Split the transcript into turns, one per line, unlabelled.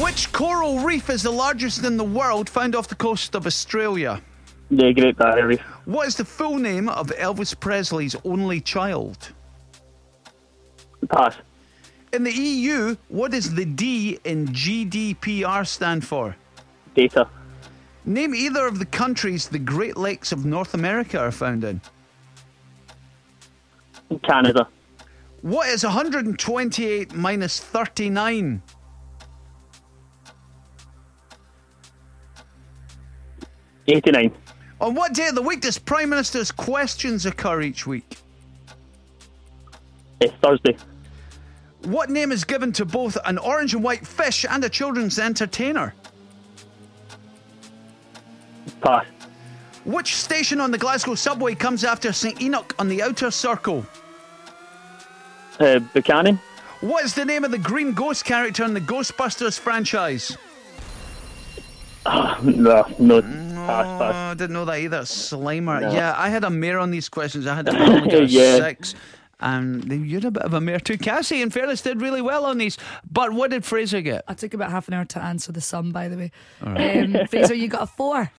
Which coral reef is the largest in the world found off the coast of Australia?
The Great Barrier Reef.
What is the full name of Elvis Presley's only child?
Pass.
In the EU, what does the D in GDPR stand for?
Data.
Name either of the countries the Great Lakes of North America are found in.
Canada.
What is 128 minus 39?
Eighty-nine.
On what day of the week does Prime Minister's questions occur each week?
It's Thursday.
What name is given to both an orange and white fish and a children's entertainer?
Pass.
Which station on the Glasgow subway comes after St Enoch on the outer circle?
Uh, Buchanan.
What is the name of the green ghost character in the Ghostbusters franchise?
No, no. Pass,
Oh,
pass.
I didn't know that either. Slimer.
No.
Yeah, I had a mare on these questions. I had a probably got a
Yeah.
six. And then you're a bit of a mare too. Cassie, in fairness, did really well on these. But what did Fraser get?
I took about half an hour to answer the sum, by the way. Um, Fraser, you got a four.